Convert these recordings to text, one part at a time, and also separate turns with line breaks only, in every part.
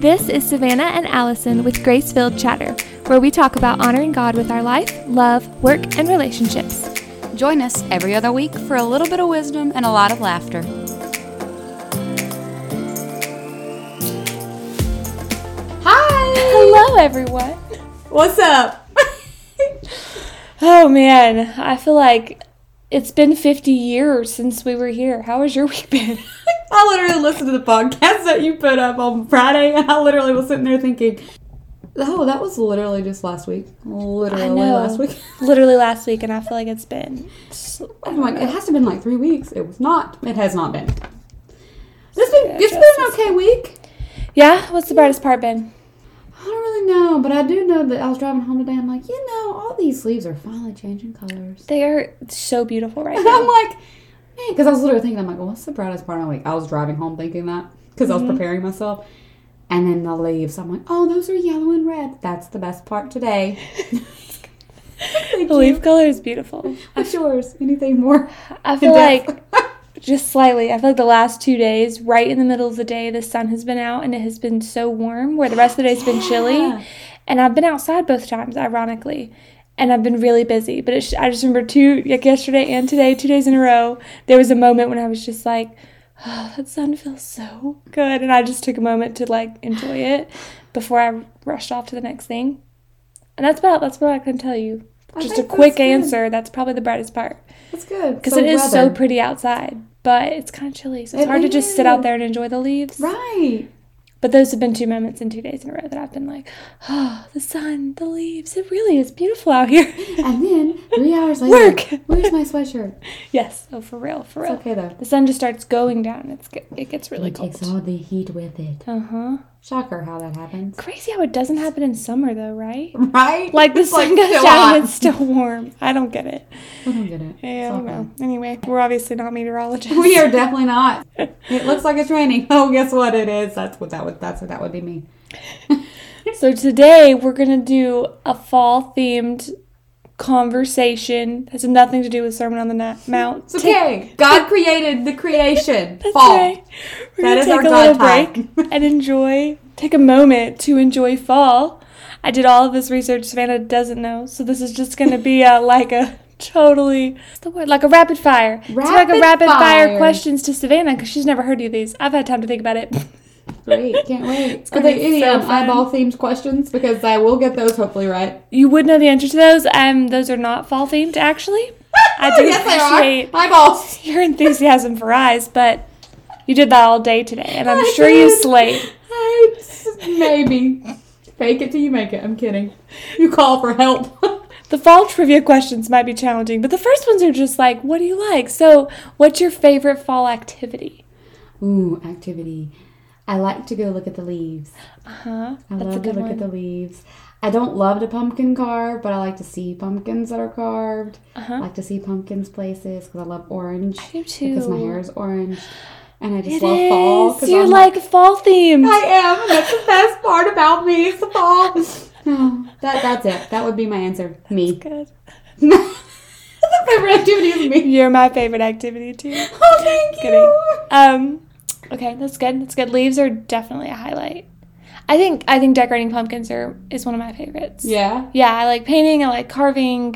This is Savannah and Allison with Grace Filled Chatter, where we talk about honoring God with our life, love, work, and relationships.
Join us every other week for a little bit of wisdom and a lot of laughter.
Hi!
Hello, everyone.
What's up?
Oh man, I feel like it's been 50 years since we were here. How has your week been?
I literally listened to the podcast that you put up on Friday, and I literally was sitting there thinking, oh, that was literally just last week. Literally last week.
Literally last week, and I feel like it's been.
I'm like, it has to have been like three weeks. It was not. It has not been. This been,
I guess
it's been an okay week.
Yeah, what's the brightest part been?
I don't really know, but I do know that I was driving home today. I'm like, you know, all these leaves are finally changing colors.
They are so beautiful right
And I'm
now.
like, man, because I was literally thinking, I'm like, what's the brightest part of my week? I was driving home thinking that because
Mm-hmm.
I was preparing myself. And then the leaves, I'm like, oh, those are yellow and red. That's the best part today. Thank
The leaf color is beautiful.
you. What's yours? Anything more?
I feel
in-depth?
like just slightly. I feel like the last two days, right in the middle of the day, the sun has been out and it has been so warm where the rest of the day's been
Yeah.
chilly. And I've been outside both times, ironically. And I've been really busy. But it's, I just remember two, like yesterday and today, two days in a row, there was a moment when I was just like, oh, that sun feels so good. And I just took a moment to like enjoy it before I rushed off to the next thing. And that's about, that's what I can tell you.
I
Just a
think
quick
that's good.
answer. That's probably the brightest part.
That's good.
Because
So
it is so
weather.
pretty outside, but it's kind of chilly. So it's
It
hard to just sit
is.
out there and enjoy the leaves.
Right.
But those have been two moments in two days in a row that I've been like, oh, the sun, the leaves. It really is beautiful out here.
And then three hours later,
Work.
where's my sweatshirt?
yes. Oh, for real, for
It's
real.
okay though.
The sun just starts going down. It's ge- it gets really
It takes
cold.
all the heat with it.
Uh huh.
Shocker how that happens.
Crazy how it doesn't happen in summer though, right?
Right?
Like the
It's,
sun goes
still
down
hot.
and it's still warm. I don't get it.
I don't get it.
Yeah, I
It's
don't
okay.
know. Anyway, we're obviously not meteorologists.
We are definitely not. It looks like it's raining. Oh, guess what? It is. That's what that would. That's what that would be me.
So today we're gonna do a fall themed conversation. Has nothing to do with Sermon on the Na- Mount.
It's okay. God created the creation.
That's
Fall.
right. We're
That
gonna
is
take
our
a little
God time.
break and enjoy. Take a moment to enjoy fall. I did all of this research. Savannah doesn't know, so this is just gonna be a, like a totally what's the word like a rapid fire. it's like a
Rapid
rapid fire,
fire.
questions to Savannah because she's never heard of these. I've had time to think about it.
Great. Can't wait. Are
gonna
there
be
any
so
um,
fun.
eyeball themed questions? Because I will get those hopefully right.
You would know the answer to those. Um, those are not fall themed actually. I do
yes,
appreciate
they are. Eyeballs.
your enthusiasm for eyes, but you did that all day today, and I'm
I
sure you
did.
slayed.
I maybe fake it till you make it. I'm kidding. You call for help.
The fall trivia questions might be challenging, but the first ones are just like, what do you like? So, what's your favorite fall activity?
Ooh, activity. I like to go look at the leaves.
Uh huh.
I
That's a
love to
good
look
one.
at the leaves. I don't love to pumpkin carve, but I like to see pumpkins that are carved. I
Uh-huh.
like to see pumpkins places because I love orange.
I do
Because my
too.
hair is orange, and I just
It
love fall.
is.
'cause
You're
I'm
like fall themed.
I am. and That's the best part about me. It's the fall. No, that that's it. That would be my answer. Me.
Good.
the favorite activity is me.
You're my favorite activity too.
Oh, thank you.
Kidding. Um, okay, that's good. That's good. Leaves are definitely a highlight. I think I think decorating pumpkins are is one of my favorites.
Yeah.
Yeah, I like painting. I like carving,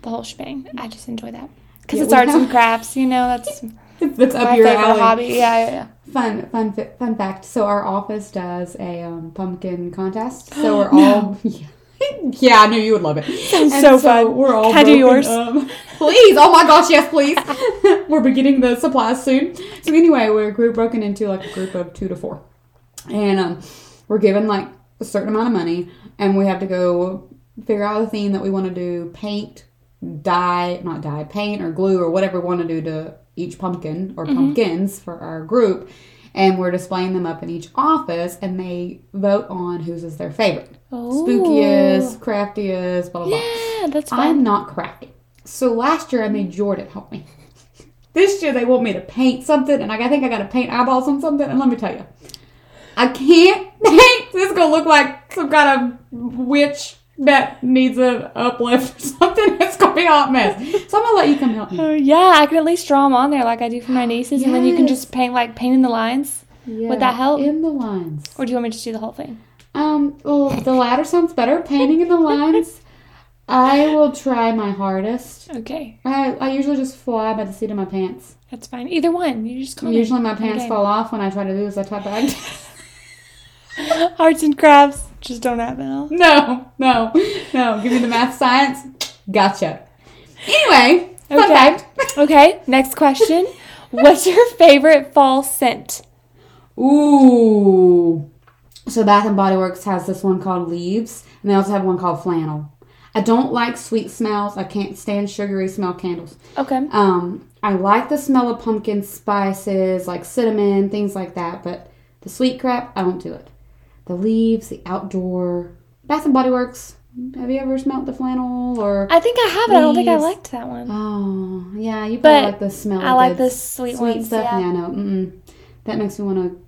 the whole shebang. I just enjoy that because
Yeah,
it's
we
arts
have-
and crafts. You know, that's
That's up
my
your
favorite
alley.
hobby. Yeah, yeah, yeah.
Fun, fun, fa- fun fact. So our office does a um, pumpkin contest. So we're all. Yeah. I knew you would love it. Sounds
so fun.
We're all.
Can I do
broken
yours?
up. Please. Oh my gosh. Yes, please. we're beginning the supplies soon. So anyway, we're group broken into like a group of two to four, and um, we're given like a certain amount of money, and we have to go figure out a theme that we want to do. Paint, dye, not dye, paint or glue or whatever we want to do to each pumpkin or pumpkins for our group. And we're displaying them up in each office, and they vote on whose is their favorite. Spookiest, craftiest, blah, blah, blah.
Yeah, that's fun.
I'm not crafty. So last year I made Jordan help me. This year they want me to paint something, and I think I got to paint eyeballs on something. And let me tell you, I can't paint. This is gonna look like some kind of witch that needs an uplift or something. It's gonna be a hot mess. So I'm gonna let you come help me.
Oh, yeah, I can at least draw them on there like I do for my nieces, and then you can just paint like painting the lines.
Yeah.
Would that help?
In the lines.
Or do you want me to just do the whole thing?
Um, well, the latter sounds better. Painting in the lines. I will try my hardest.
Okay,
I, I usually just fly by the seat of my pants.
that's fine. Either one. You just call
Usually
me.
my pants
Okay.
fall off when I try to do this. I type back.
Arts and crafts just don't happen at all.
no, no, no. Give me the math science. Gotcha. Anyway, fun
Okay.
fact.
Okay, next question. What's your favorite fall scent?
Ooh. So Bath and Body Works has this one called Leaves, and they also have one called Flannel. I don't like sweet smells. I can't stand sugary smell candles.
Okay.
Um, I like the smell of pumpkin spices, like cinnamon, things like that, but the sweet crap, I won't do it. The leaves, the outdoor, Bath and Body Works. Have you ever smelled the flannel or?
I think I have it. I don't think I
Leaves.
liked that one.
oh, yeah, you probably
But
like the smell.
I
of
like
the
the sweet ones,
Oh, stuff.
yeah.
no, mm-mm. that makes me want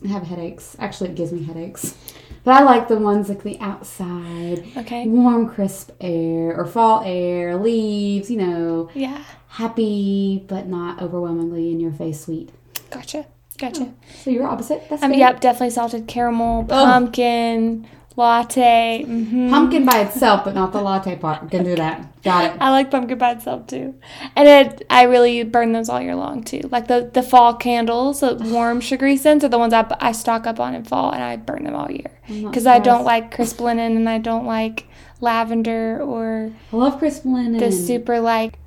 to have headaches. Actually, it gives me headaches. But I like the ones like the outside,
Okay.
warm, crisp air or fall air, leaves. You know,
Yeah.
happy but not overwhelmingly in your face sweet.
Gotcha. Gotcha.
So you're opposite. That's
I mean,
good.
Um, yep, definitely salted caramel,
Oh.
pumpkin, latte. hmm
Pumpkin by itself, but not the latte part. Can do that. Got it.
I like pumpkin by itself too, and it, I really burn those all year long too. Like the the fall candles, the warm sugary scents are the ones I, bu- I stock up on in fall, and I burn them all year
not
because I don't
surprised.
like crisp linen and I don't like lavender or
I love crisp linen.
the super like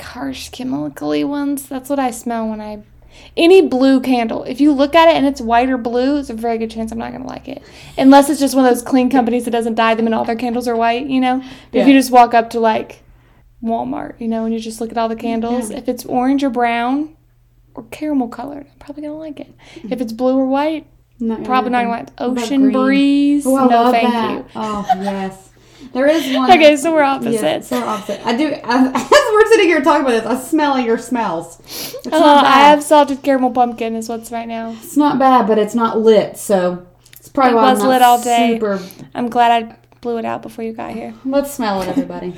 harsh chemically ones. That's what I smell when I any blue candle. If you look at it and it's white or blue, it's a very good chance I'm not gonna like it. Unless it's just one of those clean companies that doesn't dye them and all their candles are white, you know. But If you
Yeah.
just walk up to like Walmart, you know, and you just look at
Mm,
all the candles, if it's orange or brown or caramel colored, I'm probably gonna like it. If it's blue or white,
Not your
probably not
liking.
gonna like it.
What about
Ocean
green?
breeze,
Oh, I
no,
love
thank
that.
you.
Oh yes, there is one.
Okay, so we're
Yes,
opposites.
so we're opposite. I do. I, as we're sitting here talking about this, I smell your smells. It's
Oh,
not bad.
I have salted caramel pumpkin is what's right now.
It's not bad, but it's not lit. So it's probably
It
why
was
I'm not
lit all day.
Super.
I'm glad I blew it out before you got here.
Let's smell it, everybody.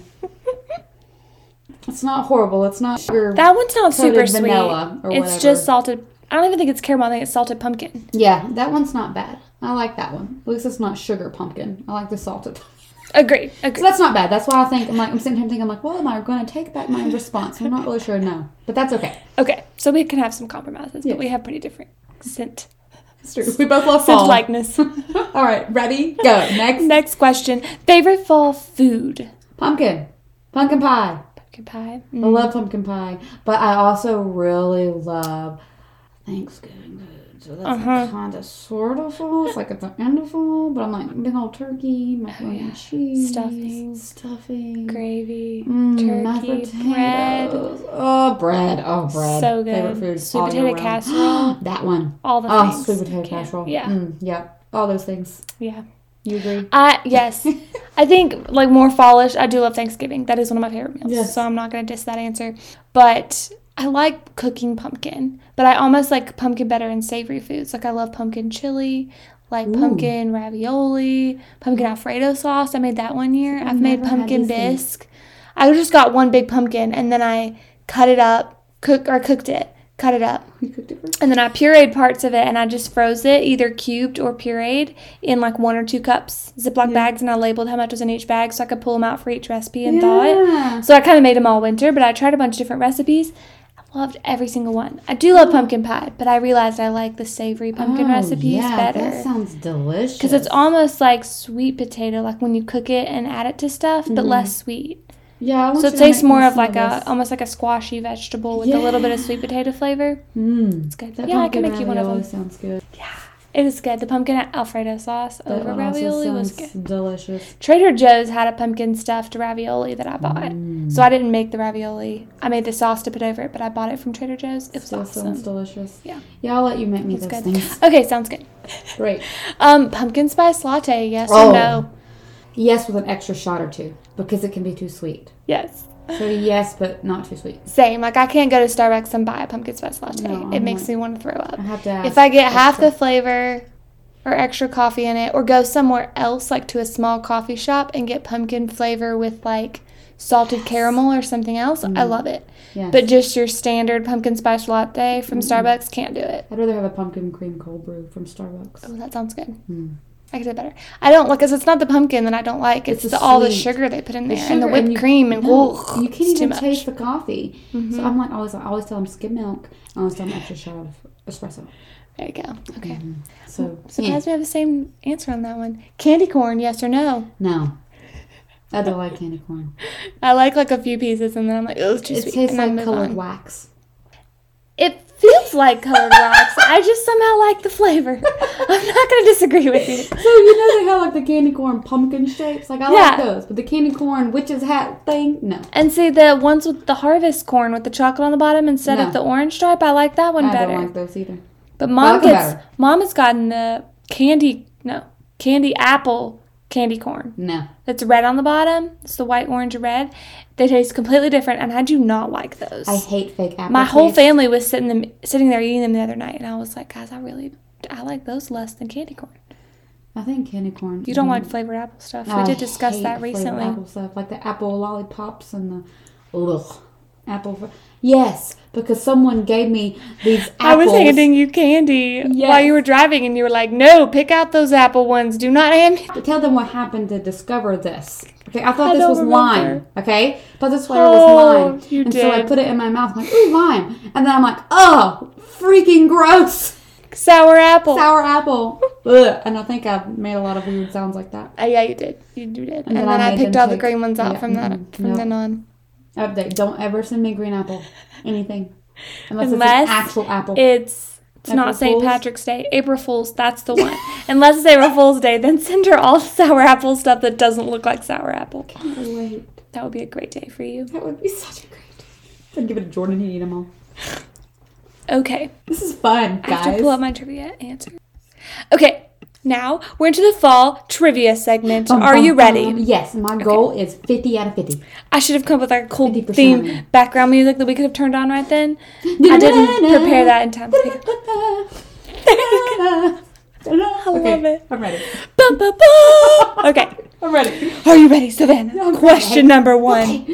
it's not horrible. It's not sugar.
That one's not
Coated
super sweet.
vanilla or
it's
whatever.
just salted. I don't even think it's caramel. I think it's salted pumpkin.
Yeah, that one's not bad. I like that one. At least it's not sugar pumpkin. I like the salted pumpkin.
Agree. Agree.
So that's not bad. That's why I think I'm like I'm sitting here thinking I'm like, well, am I going to take back my response? I'm not really sure. No, but that's okay.
okay, so we can have some compromises,
Yeah.
but we have pretty different scent
It's true. We both love
scent
fall.
likeness.
All right, ready? Go. Next,
Next question: Favorite fall food?
pumpkin, pumpkin pie.
Pumpkin pie. mm,
I love pumpkin pie, but I also really love Thanksgiving food. So that's
Uh-huh.
kind of sort of fall. It's like at the end of fall, but I'm like big old turkey, macaroni and cheese,
Stuffing.
stuffing,
Gravy,
Mm, mashed
turkey, bread,
potatoes. Oh, bread. Oh, bread.
So
Favorite
good.
food.
Sweet
all year
potato
round.
casserole.
that one.
all the
oh,
things.
sweet potato
Can't-
casserole.
Yeah,
Mm, yeah. All those things.
yeah.
You agree?
I yes, I think like more fallish. I do love Thanksgiving. That is one of my favorite meals.
Yes.
So I'm not gonna diss that answer, but I like cooking pumpkin. But I almost like pumpkin better in savory foods. Like I love pumpkin chili, like pumpkin ravioli, pumpkin alfredo sauce. I made that one year. I've made
never had
pumpkin
these things.
bisque. I just got one big pumpkin and then I cut it up, cook or cooked it, cut it up,
You cooked it first?
and then I pureed parts of it and I just froze it, either cubed or pureed, in like one or two cups, Ziploc bags, and I labeled how much was in each bag so I could pull them out for each recipe and thaw
Yeah.
it. So I kind of made them all winter, but I tried a bunch of different recipes. I loved every single one. I do love pumpkin pie, but I realized I like the savory pumpkin
Oh,
recipes
yeah, That
better.
sounds delicious.
Because it's almost like sweet potato, like when you cook it and add it to stuff, but less sweet.
Yeah, Mm-hmm. I want
So
you
it
to make
tastes more
me
of
some
like a, um,
this.
almost like a squashy vegetable with a little bit of sweet potato flavor.
Mm.
It's good.
That
yeah, I can
pumpkin
make you one of
ravioli
them.
Sounds good.
It was good. The pumpkin alfredo sauce
That
over
also
ravioli was
sounds
good.
Delicious.
Trader Joe's had a pumpkin stuffed ravioli that I bought.
Mm.
So I didn't make the ravioli. I made the sauce to put over it, but I bought it from Trader Joe's. It was
Still sounds
awesome.
delicious.
Yeah.
Yeah, I'll let you make me
It's
those
good.
things.
Okay, sounds good.
Great.
Um, pumpkin spice latte, yes
Oh.
or no?
Yes, with an extra shot or two because it can be too sweet.
Yes.
So yes, but not too sweet.
Same. Like I can't go to Starbucks and buy a pumpkin spice latte.
No,
it
I'm
makes
like-
me want to throw up.
I have to ask.
If I get half the flavor or extra coffee in it, or go somewhere else, like to a small coffee shop, and get pumpkin flavor with like salted caramel or something else, I
Mm-hmm.
love it.
Yes.
But just your standard pumpkin spice latte from
Mm-hmm.
Starbucks can't do it.
I'd rather have a pumpkin cream cold brew from Starbucks.
Oh, that sounds good.
Hmm.
I could do better. I don't like because it's not the pumpkin that I don't like. It's,
It's
the,
the
all the
sweet.
sugar they put in there
The
and the
sugar
whipped
you-
cream and
no,
ugh,
you can't
it's
even
too
taste
much. Mm-hmm.
the coffee. So I'm like always, I always tell them skim milk. I always tell them extra shot of espresso.
There you go. Okay.
So Mm-hmm. yeah,
Surprised we have the same answer on that one. Candy corn, yes or no?
no, I don't like candy corn.
I like like a few pieces and then I'm like, oh, it's too
It
sweet.
tastes
and I
like
move
colored
on.
wax.
It feels like colored wax. I just somehow like the flavor. I'm not gonna disagree with you.
So you know they have like the candy corn pumpkin shapes. Like I like
Yeah.
those, but the candy corn witch's hat thing, no.
And see the ones with the harvest corn with the chocolate on the bottom instead
No.
of the orange stripe. I like that one
I
better.
don't like those either.
but mom
like 'em
gets
better.
mom has gotten the candy no candy apple candy corn.
No,
That's red on the bottom. It's the white, orange, and red. They taste completely different, and I do not like those.
I hate fake apple.
My whole
taste.
family was sitting them sitting there eating them the other night, and I was like, guys, I really I like those less than candy corn.
I think candy corn.
You don't like flavored apple stuff. we
Mm-hmm. Oh, I
did discuss
hate
that
flavored
recently.
Apple stuff like the apple lollipops and the ugh, apple. fr- Yes, because someone gave me these apples.
I was handing you candy while you
Yes.
were driving, and you were like, "No, pick out those apple ones. Do not hand me."
Tell them what happened to discover this. Okay, I thought this
don't
was
remember.
lime. Okay, thought this flavor
Oh,
was lime,
you
and so I
did.
put it in my mouth. I'm like, ooh, lime, and then I'm like, oh, freaking gross,
Sour apple.
sour apple. Ugh. And I think I've made a lot of weird sounds like that.
Oh, yeah, you did. You did. And,
then
then,
I
I,
made
picked
them
all the
take-
green ones out
yeah,
from that
mm,
from
yeah.
then on.
Update: Don't ever send me green apple, anything, unless,
Unless
it's an actual apple.
It's it's
April
not St.
Fool's?
Patrick's Day. April Fool's. That's the one. Unless it's April Fool's Day, then send her all the sour apple stuff that doesn't look like sour apple.
Wait.
That would be a great day for you.
That would be such a great. I'd give it to Jordan. He'd eat them all.
Okay,
This is fun,
I have to
guys.
pull up my trivia answer. Okay, now we're into the fall trivia segment.
Bum,
Are
bum,
you
bum.
ready?
Yes, my goal is 50 out of 50.
Um, I should have come up with like a cool
50%
theme background music that we could have turned on right then. I didn't prepare that in time.
I
love it.
I'm ready.
Bum, bum, bum. Okay,
I'm ready.
are you ready, Savannah?
ready.
Question number one.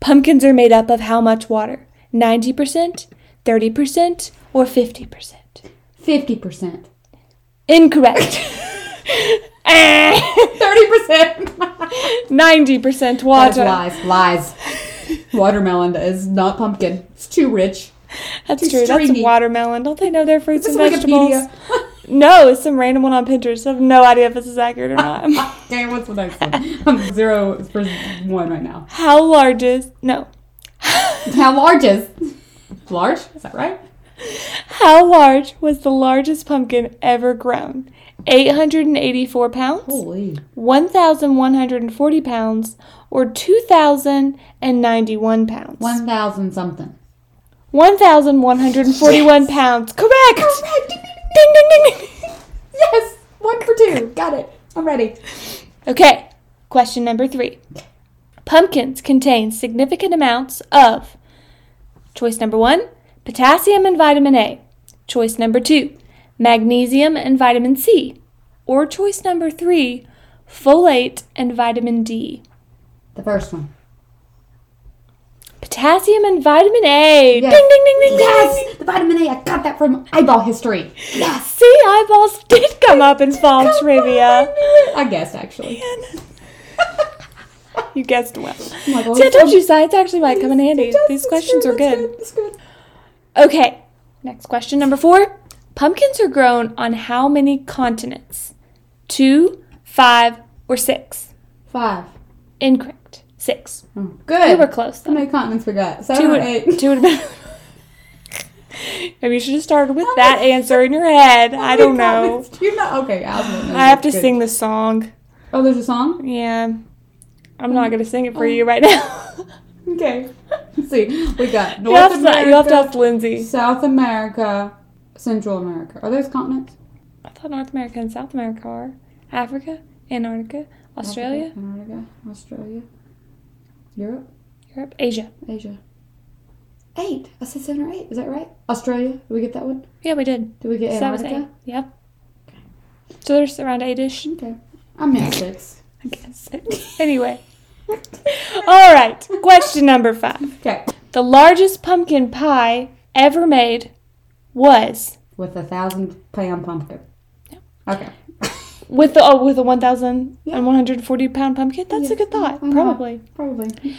Pumpkins are made up of how much water? 90%, 30%, or 50%?
50%.
Incorrect. Eh,
30%.
90%
That's
water.
lies. Lies. Watermelon is not pumpkin. It's too rich.
That's
Too
true. That's
stringy.
watermelon. Don't they know their fruits
This
and
is
vegetables?
Wikipedia.
No, it's some random one on Pinterest. I have no idea if this is accurate or not.
Dang, Ah, what's the next one? I'm zero for one right now.
how large is no?
How large is? Large? Is that right?
How large was the largest pumpkin ever grown? 884 pounds.
Holy.
1,140 pounds or 2,091 pounds?
1,000 something.
1,141 pounds. Correct! Correct! Ding, ding, ding, ding, ding.
Yes! One for two. Got it. I'm ready.
Okay, question number three. Pumpkins contain significant amounts of choice number one, potassium and vitamin A, choice number two, magnesium and vitamin C, or choice number three, folate and vitamin D.
The first one.
Potassium and vitamin A.
Yes.
Ding ding ding ding ding.
Yes! The vitamin A. I got that from eyeball history.
Yes. See, eyeballs did come up in fall trivia.
I guessed, actually.
You guessed well.
I'm like, oh,
See, I told
I'm-
you science actually might come in handy.
Yes,
These
that's
questions
good,
are
that's
good.
That's good.
Okay, next question number four. Pumpkins are grown on how many continents? Two, five, or six?
Five.
Incorrect. Six.
Oh, good.
You were close
How
though.
many continents we got? Seven
Two
or
would,
eight?
two would have been. Maybe you should have started with that answer in your
Oh
head. I don't know.
You're not okay. I, don't know.
I have to
Good.
sing the song.
Oh, there's a song.
Yeah. I'm
Oh.
not gonna sing it for you right now.
Okay. Let's see. We got
you,
North
have to,
America,
you have to ask Lindsay.
South America, Central America. Are those continents?
I thought North America and South America are Africa, Antarctica, Australia,
Africa, America, Australia, Europe,
Europe, Asia.
Asia. Eight. I said seven or eight. Is that right? Australia. Did we get that one?
Yeah, we did.
Did we get
So that was
Antarctica?
eight. Yep. So there's around eight ish,
Okay. I'm at six.
I guess. anyway. All right. Question number five.
Okay.
The largest pumpkin pie ever made was
With a thousand pound pumpkin. Okay.
with the oh, with a one thousand and one hundred forty pound pumpkin. That's a good thought,
Why not?
probably.
Probably.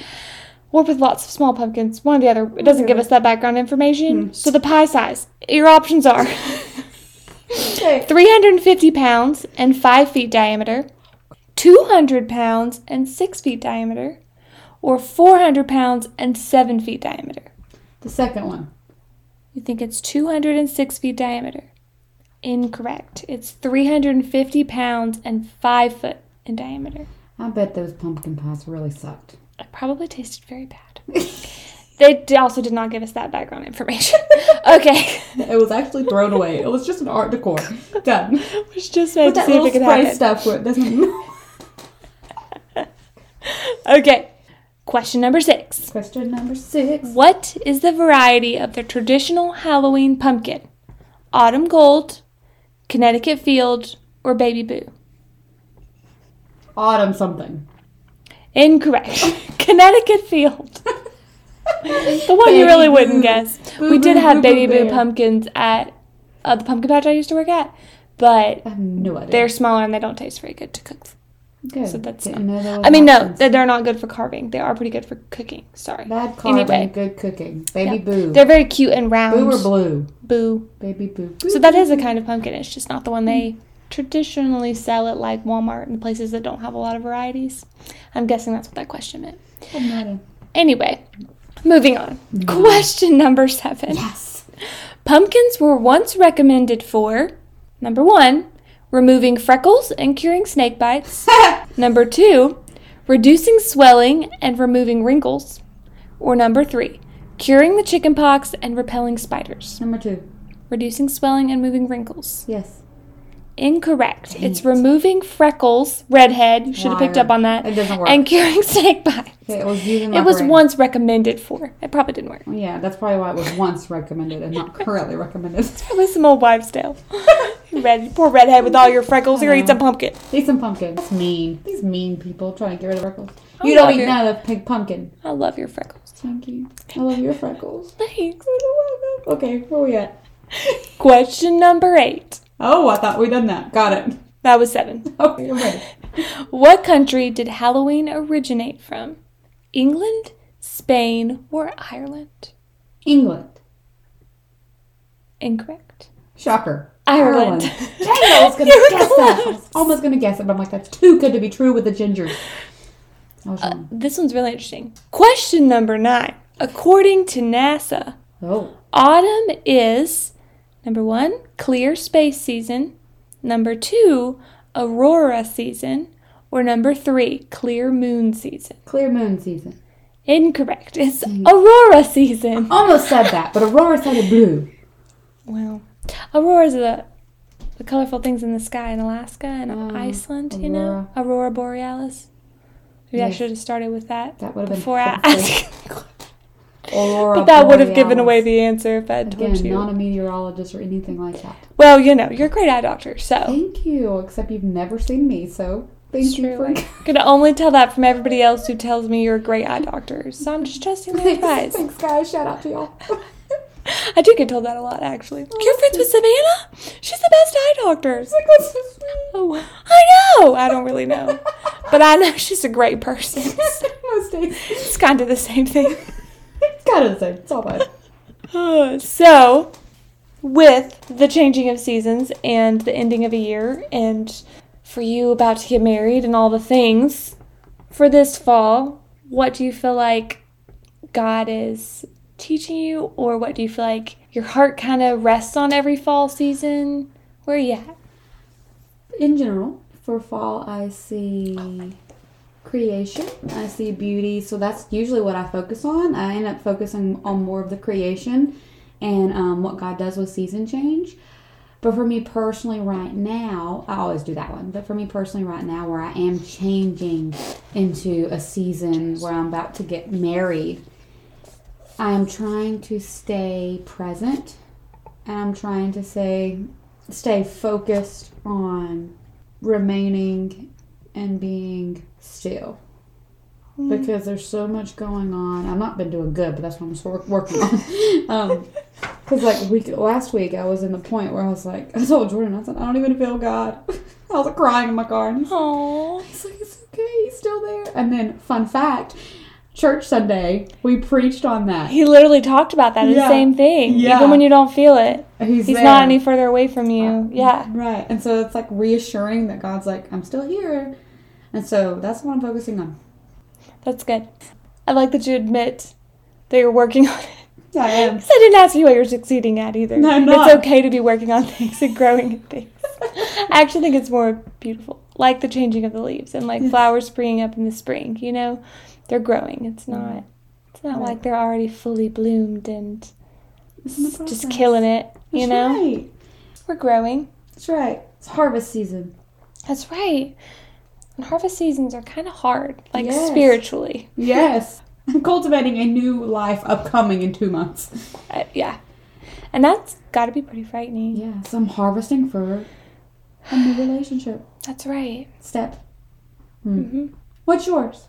Or with lots of small pumpkins. One or the other. It doesn't give us that background information. So the pie size. Your options are
Okay.
350 pounds and 5 feet diameter, 200 pounds and 6 feet diameter, or 400 pounds and 7 feet diameter.
The second one.
You think it's 206 feet diameter. Incorrect. It's 350 pounds and 5 foot in diameter.
I bet those pumpkin pies really sucked.
It probably tasted very bad. they d- also did not give us that background information. okay.
It was actually thrown away. It was just an art decor. Done.
It was just made to
that
see if
little
it could
spray
happen.
stuff where it doesn't.
Okay. Question number six.
Question number six.
What is the variety of the traditional Halloween pumpkin? Autumn Gold, Connecticut Field, or Baby Boo?
Autumn something.
Incorrect. Connecticut Field. The one
Baby
you really
Boo.
wouldn't guess.
Boo
we did
Boo
have
Boo
Baby
Boo
Boo,
Bear.
pumpkins at uh, the pumpkin patch I used to work at, but
I have no idea.
they're smaller and they don't taste very good to cook.
Good.
So that's
Didn't know there was
I mean, no,
options.
they're they're not good for carving. They are pretty good for cooking. Sorry.
Bad carving,
Anyway.
good cooking. Baby
Yeah.
boo.
They're very cute and round.
Boo or blue?
Boo.
Baby boo. boo.
So that is a kind of pumpkin. It's just not the one they traditionally sell at like Walmart and places that don't have a lot of varieties. I'm guessing that's what that question meant.
Doesn't matter.
Anyway, moving on. Question number seven.
Yes.
Pumpkins were once recommended for number one, removing freckles and curing snake bites. number two, reducing swelling and removing wrinkles. Or number three, curing the chicken pox and repelling spiders.
Number two.
Reducing swelling and moving wrinkles.
Yes.
Incorrect. It's removing freckles, redhead. You should have picked
Liar.
up on that.
It doesn't work.
And curing snake bites.
Okay, it was using my
It was
brain.
once recommended for. It probably didn't work.
Yeah, that's probably why it was once recommended and not currently recommended.
It was some old wives' tale. Red, poor redhead with all your freckles. Here, eat some pumpkin.
Eat some pumpkin. That's mean. These mean people trying to get rid of freckles.
I
You don't
love
eat
it.
none of the pink pumpkin.
I love your freckles.
Oh, Thank you. I love your freckles.
Thanks.
Okay, where we at?
Question number eight.
Oh, I thought we done that. Got it.
That was seven.
Okay, I'm ready.
What country did Halloween originate from? England, Spain, or Ireland?
England.
Incorrect.
Shocker.
Ireland.
Dang, it, I was gonna
You were
guess that. I
close.
was almost gonna guess it, but I'm like, that's too good to be true with the ginger. I was wrong.
This one's really interesting. Question number nine. According to NASA,
oh,
autumn is number one, clear space season, number two, aurora season, or number three, clear moon season.
clear moon season.
Incorrect. It's
Hmm.
aurora season.
Almost said that, but Aurora sounded blue.
Well, auroras are the, the colorful things in the sky in Alaska and
Oh,
Iceland, you know? Aurora borealis. Maybe I
Yes.
should have started with that,
That would have been
before I
helpful.
asked.
Aurora.
But that would have given
borealis.
away the answer if I had told
Again,
you.
not a meteorologist or anything like that.
well, you know, you're a great eye doctor, so
Thank you. Except you've never seen me, so thank
it's
you
true.
for.
I could only tell that from everybody else who tells me you're a great eye doctor. So I'm just trusting their advice.
Thanks, thanks, guys. Shout out to y'all.
I do get told that a lot, actually. You're friends with Savannah? She's the best eye doctor. Oh, I know. I don't really know, but I know she's a great person.
Mistakes.
It's kind of the same thing.
It's kind of the same. It's all bad.
Uh, so, with the changing of seasons and the ending of a year, and for you about to get married and all the things for this fall, what do you feel like God is teaching you, or what do you feel like your heart kind of rests on every fall season? Where are you at?
in general for fall i see creation i see beauty so that's usually what i focus on i end up focusing on more of the creation and um, what god does with season change but for me personally right now i always do that one but for me personally right now where i am changing into a season where i'm about to get married i'm trying to stay present and I'm trying to say stay focused on remaining and being still because there's so much going on. I've not been doing good, but that's what I'm still wor- working on. Um 'cause because like week last week, I was in the point where I was like, I told Jordan, I said, I don't even feel God. I was like crying in my car, and he's
Aww.
He's like, it's okay, he's still there. And then, fun fact, church Sunday, we preached on that.
He literally talked about that.
Yeah.
The same thing.
Yeah.
Even when you don't feel it,
He's,
he's
there.
not any further away from you. yeah.
Right. And so it's like reassuring that God's like, I'm still here. And so that's what I'm focusing on.
That's good. I like that you admit that you're working on it.
I am.
'Cause I didn't ask you what you're succeeding at either.
No, I'm not.
It's okay to be working on things and growing at things. I actually think it's more beautiful, like the changing of the leaves and like flowers springing up in the spring. You know, they're growing. It's not. It's not
Mm. Right.
like they're already fully bloomed and
It's in the
just
process.
killing it. You
That's
know,
Right.
we're growing.
That's right. It's harvest season.
That's right. And harvest seasons are kind of hard, like
Yes.
spiritually.
Yes. I'm cultivating a new life upcoming in two months.
Uh, yeah, and that's got to be pretty frightening.
Yeah. So I'm harvesting for a new relationship
That's right.
step.
hmm
What's yours?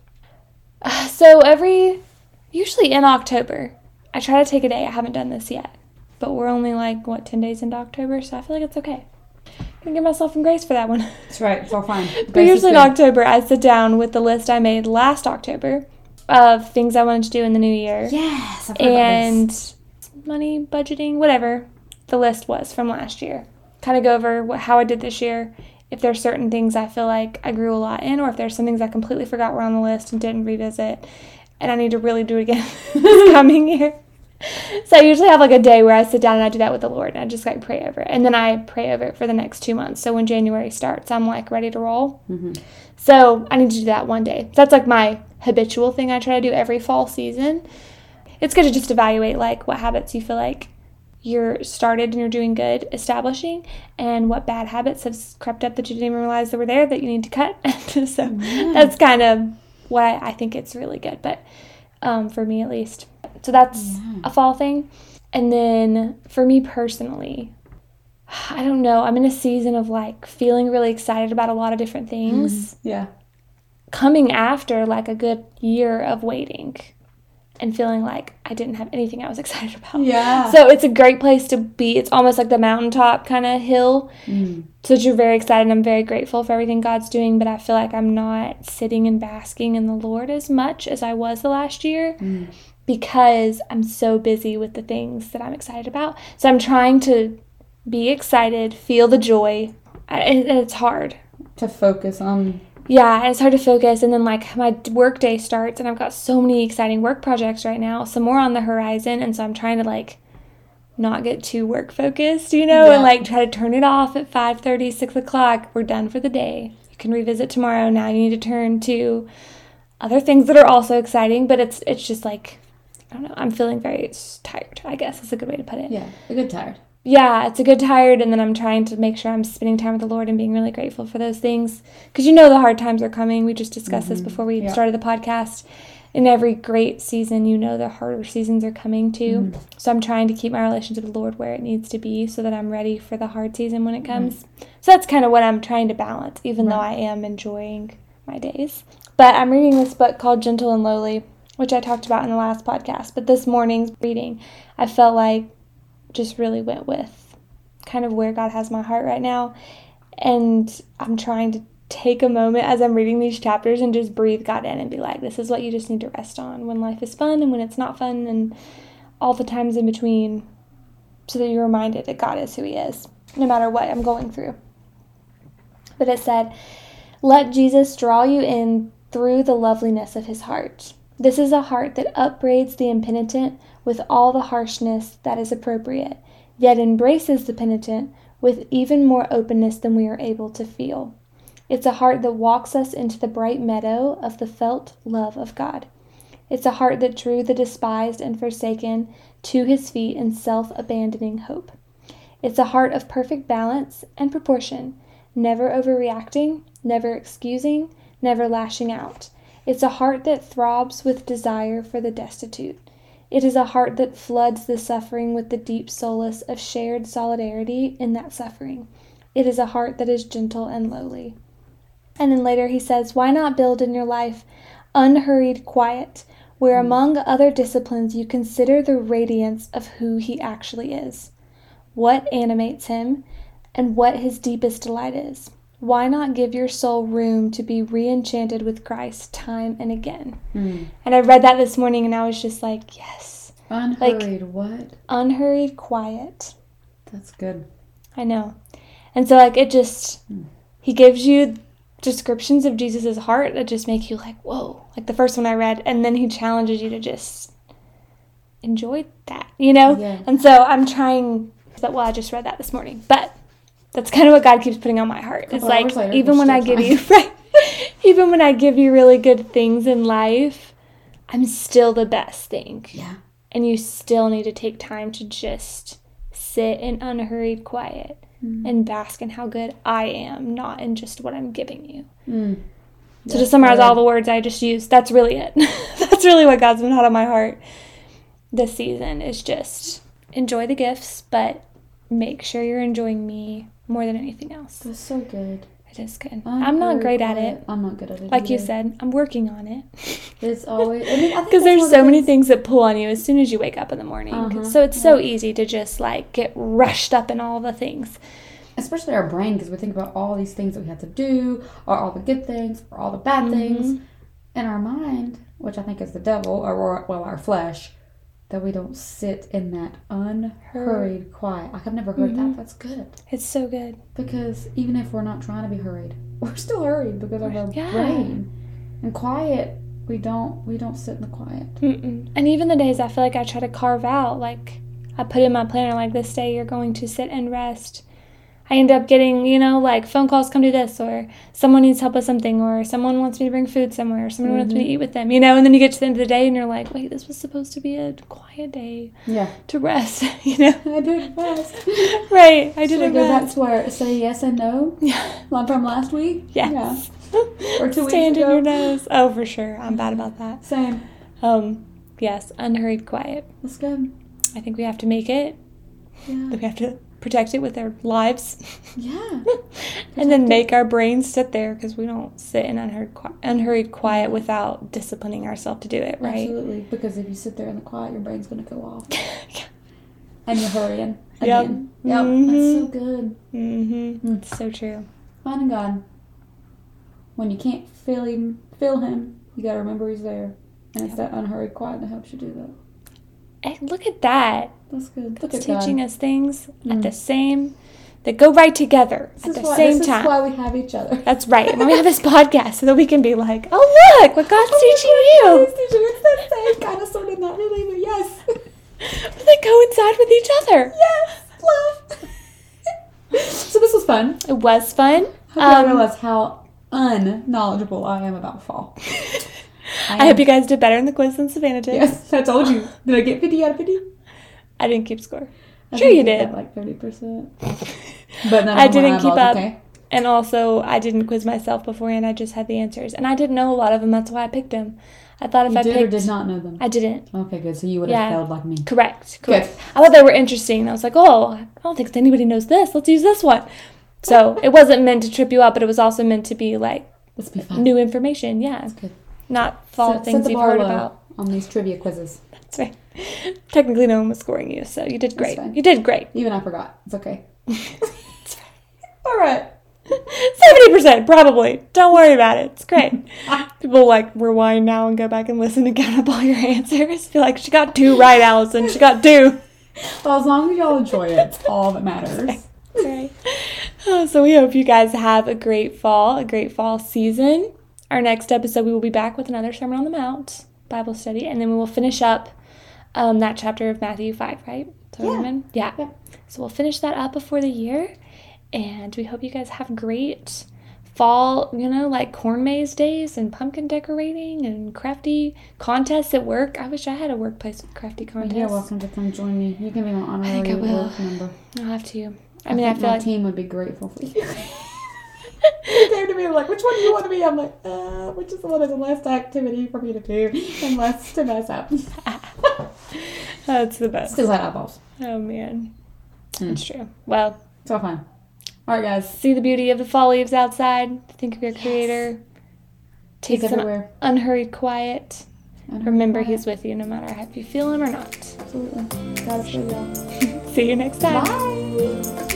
Uh, so every, usually in October, I try to take a day. I haven't done this yet, but we're only like what ten days into October, so I feel like it's okay. I'm gonna give myself some grace for that one.
That's right. It's all fine.
But usually in October, I sit down with the list I made last October of things I wanted to do in the new year
Yes. I've heard about this.
and money budgeting, whatever the list was from last year. Kind of go over what, how I did this year. If there's certain things I feel like I grew a lot in, or if there's some things I completely forgot were on the list and didn't revisit, and I need to really do it again this coming year. So I usually have like a day where I sit down and I do that with the Lord and I just like pray over it. And then I pray over it for the next two months. So when January starts, I'm like ready to roll.
Mm-hmm.
So I need to do that one day. That's like my habitual thing I try to do every fall season it's good to just evaluate like what habits you feel like you're started and you're doing good establishing and what bad habits have s- crept up that you didn't even realize they were there that you need to cut so that's kind of why i think it's really good but um, for me at least so that's a fall thing and then for me personally i don't know i'm in a season of like feeling really excited about a lot of different things
Yeah.
coming after like a good year of waiting and feeling like I didn't have anything I was excited about.
Yeah.
So it's a great place to be. It's almost like the mountaintop kind of hill. So that you're very excited. I'm very grateful for everything God's doing, but I feel like I'm not sitting and basking in the Lord as much as I was the last year because I'm so busy with the things that I'm excited about. So I'm trying to be excited, feel the joy. I- And and it's hard
to focus on
yeah, and it's hard to focus. And then like my d- work day starts, and I've got so many exciting work projects right now, some more on the horizon, and so I'm trying to like not get too work focused, you know,
Yeah.
and like try to turn it off at 5:30, 6 o'clock. We're done for the day. You can revisit tomorrow. Now you need to turn to other things that are also exciting, but it's it's just like I don't know. I'm feeling very s- tired. I guess is a good way to put it
yeah a good tired
yeah, it's a good tired, and then I'm trying to make sure I'm spending time with the Lord and being really grateful for those things. Because you know the hard times are coming. We just discussed this before we
Yeah.
started the podcast. In every great season, you know the harder seasons are coming too. So I'm trying to keep my relation to the Lord where it needs to be so that I'm ready for the hard season when it comes. So that's kind of what I'm trying to balance, even though I am enjoying my days. But I'm reading this book called Gentle and Lowly, which I talked about in the last podcast. But this morning's reading, I felt like just really went with kind of where God has my heart right now. And I'm trying to take a moment as I'm reading these chapters and just breathe God in and be like, this is what you just need to rest on when life is fun and when it's not fun and all the times in between so that you're reminded that God is who He is, no matter what I'm going through. But it said, let Jesus draw you in through the loveliness of his heart. This is a heart that upbraids the impenitent with all the harshness that is appropriate, yet embraces the penitent with even more openness than we are able to feel. It's a heart that walks us into the bright meadow of the felt love of God. It's a heart that drew the despised and forsaken to his feet in self abandoning hope. It's a heart of perfect balance and proportion, never overreacting, never excusing, never lashing out. It's a heart that throbs with desire for the destitute. It is a heart that floods the suffering with the deep solace of shared solidarity in that suffering. It is a heart that is gentle and lowly. And then later he says, Why not build in your life unhurried quiet, where among other disciplines you consider the radiance of who he actually is, what animates him, and what his deepest delight is. Why not give your soul room to be re enchanted with Christ time and again?
Hmm.
And I read that this morning and I was just like, yes,
Unhurried. what?
unhurried quiet.
That's good.
I know. And so like it just he gives you descriptions of Jesus's heart that just make you like, whoa, like the first one I read, and then he challenges you to just enjoy that, you know?
Yeah.
And so I'm trying but well, I just read that this morning. But that's kind of what God keeps putting on my heart. It's
Couple
like
hours later,
even
we're
when I
still
give you right, even when I give you really good things in life, I'm still the best thing
Yeah.
and you still need to take time to just sit in unhurried quiet and bask in how good I am, not in just what I'm giving you.
Hmm.
So to summarize all the words I just used, that's really it. that's really what God's been hot on my heart this season is just enjoy the gifts, but make sure you're enjoying me more than anything else.
That's so good.
It is good. I'm not great at it.
I'm not good at it.
Like you
either.
said, I'm working on it.
it's always. I mean, I think
Because
that's one
there's
of the
so many
things-
things that pull on you as soon as you wake up in the morning.
Uh-huh.
So it's so easy to just like get rushed up in all the things.
especially our brain, because we think about all these things that we have to do, or all the good things, or all the bad
Mm-hmm.
things, and our mind, which I think is the devil, or, or well, our flesh, that we don't sit in that unhurried quiet. Like I've never heard
Mm-hmm.
that. That's good
It's so good.
because even if we're not trying to be hurried, we're still hurried because of our
Yeah.
brain. And quiet, we don't we don't sit in the quiet.
Mm-mm. And even the days I feel like I try to carve out, like I put in my planner, like this day you're going to sit and rest. I end up getting, you know, like phone calls come to this, or someone needs help with something, or someone wants me to bring food somewhere, or someone wants
Mm-hmm.
me to eat with them, you know. And then you get to the end of the day and you're like, wait, this was supposed to be a quiet day
Yeah,
to rest, you know?
I did best.
right. I
Did
didn't rest.
that's where say yes and no
Yeah.
from last week. Yeah.
Yes.
Or two weeks
Stand in
ago.
your nose. Oh, for sure. I'm bad about that.
Same.
Um, yes, unhurried quiet.
That's good.
I think we have to make it.
Yeah.
We have to protect it with our lives,
Yeah.
and then make our brains sit there because we don't sit in unhurried, qui- unhurried quiet without disciplining ourselves to do it. Right?
Absolutely. Because if you sit there in the quiet, your brain's going to go off. And you're hurrying.
Yep.
Again. Yep. That's so good. Mm.
Mm-hmm. It's so true.
Finding God. When you can't feel him, feel him, you got to remember he's there. And it's that unhurried quiet that helps you do that.
Hey, look at that.
That's good. Look
It's
at
teaching
God. Mm.
us things at the same that go right together
This
at
is
the
why,
same
this
time.
is why we have each other.
That's right. And we have this podcast so that we can be like, oh, look, what God's teaching you.
It's teaching- it's that same kind of sort of not really, but yes.
They coincide with each other.
Yes. Love. so this was fun.
It was fun.
Hope you all
Um,
realize how unknowledgeable I am about fall.
I hope you guys did better in the quiz than Savannah did.
Yes, I told you. Did I get 50 out of 50?
I didn't keep score.
I
Sure
think
you
I
did.
got Like 30%. But
I didn't keep up.
Okay.
And also, I didn't quiz myself beforehand. I just had the answers. And I didn't know a lot of them. That's why I picked them. I thought if
You
I
did
picked.
or did not know them?
I didn't.
Okay, good. So you would have
Yeah.
failed like me.
Correct.
Good.
Correct. I thought they were interesting. I was like, oh, I don't think anybody knows this. Let's use this one. So it wasn't meant to trip you up, but it was also meant to be like
Let's be fun.
new information. Yeah.
good.
Not fall
Set- set
things
the
you've
bar
heard
low
about.
On these trivia quizzes.
That's right. Technically, no one was scoring you, so you did great.
fine.
You did great.
Even I forgot. It's okay. All right.
70%, probably. Don't worry about it. It's great. People like rewind now and go back and listen and count up all your answers. Be like, she got two right, Allison. She got two.
Well, as long as y'all enjoy it, it's all that matters.
Right. Oh, so we hope you guys have a great fall, a great fall season. Our next episode, we will be back with another Sermon on the Mount Bible study, and then we will finish up um, that chapter of Matthew 5, right? So
Yeah.
women? Yeah.
Yeah.
So we'll finish that up before the year, and we hope you guys have great fall, you know, like corn maze days and pumpkin decorating and crafty contests at work. I wish I had a workplace with crafty contests.
You're welcome to come join me. You can be my honorary
think I will.
work member.
I'll have to. I mean, I,
think
feel
my
like
team would be grateful for you. they came to me like, which one do you want to be? I'm like, uh, which is the one that's the less activity for me to do and less to mess up.
that's the best.
Still had eyeballs.
Oh man, that's true. Well,
It's all fine. All right, guys.
see the beauty of the fall leaves outside. Think of your creator. Take
He's
some
everywhere.
unhurried quiet.
Unhurried
Remember, he's with you no matter how you feel him or not.
Absolutely. Gotta show y'all.
See you next time.
Bye.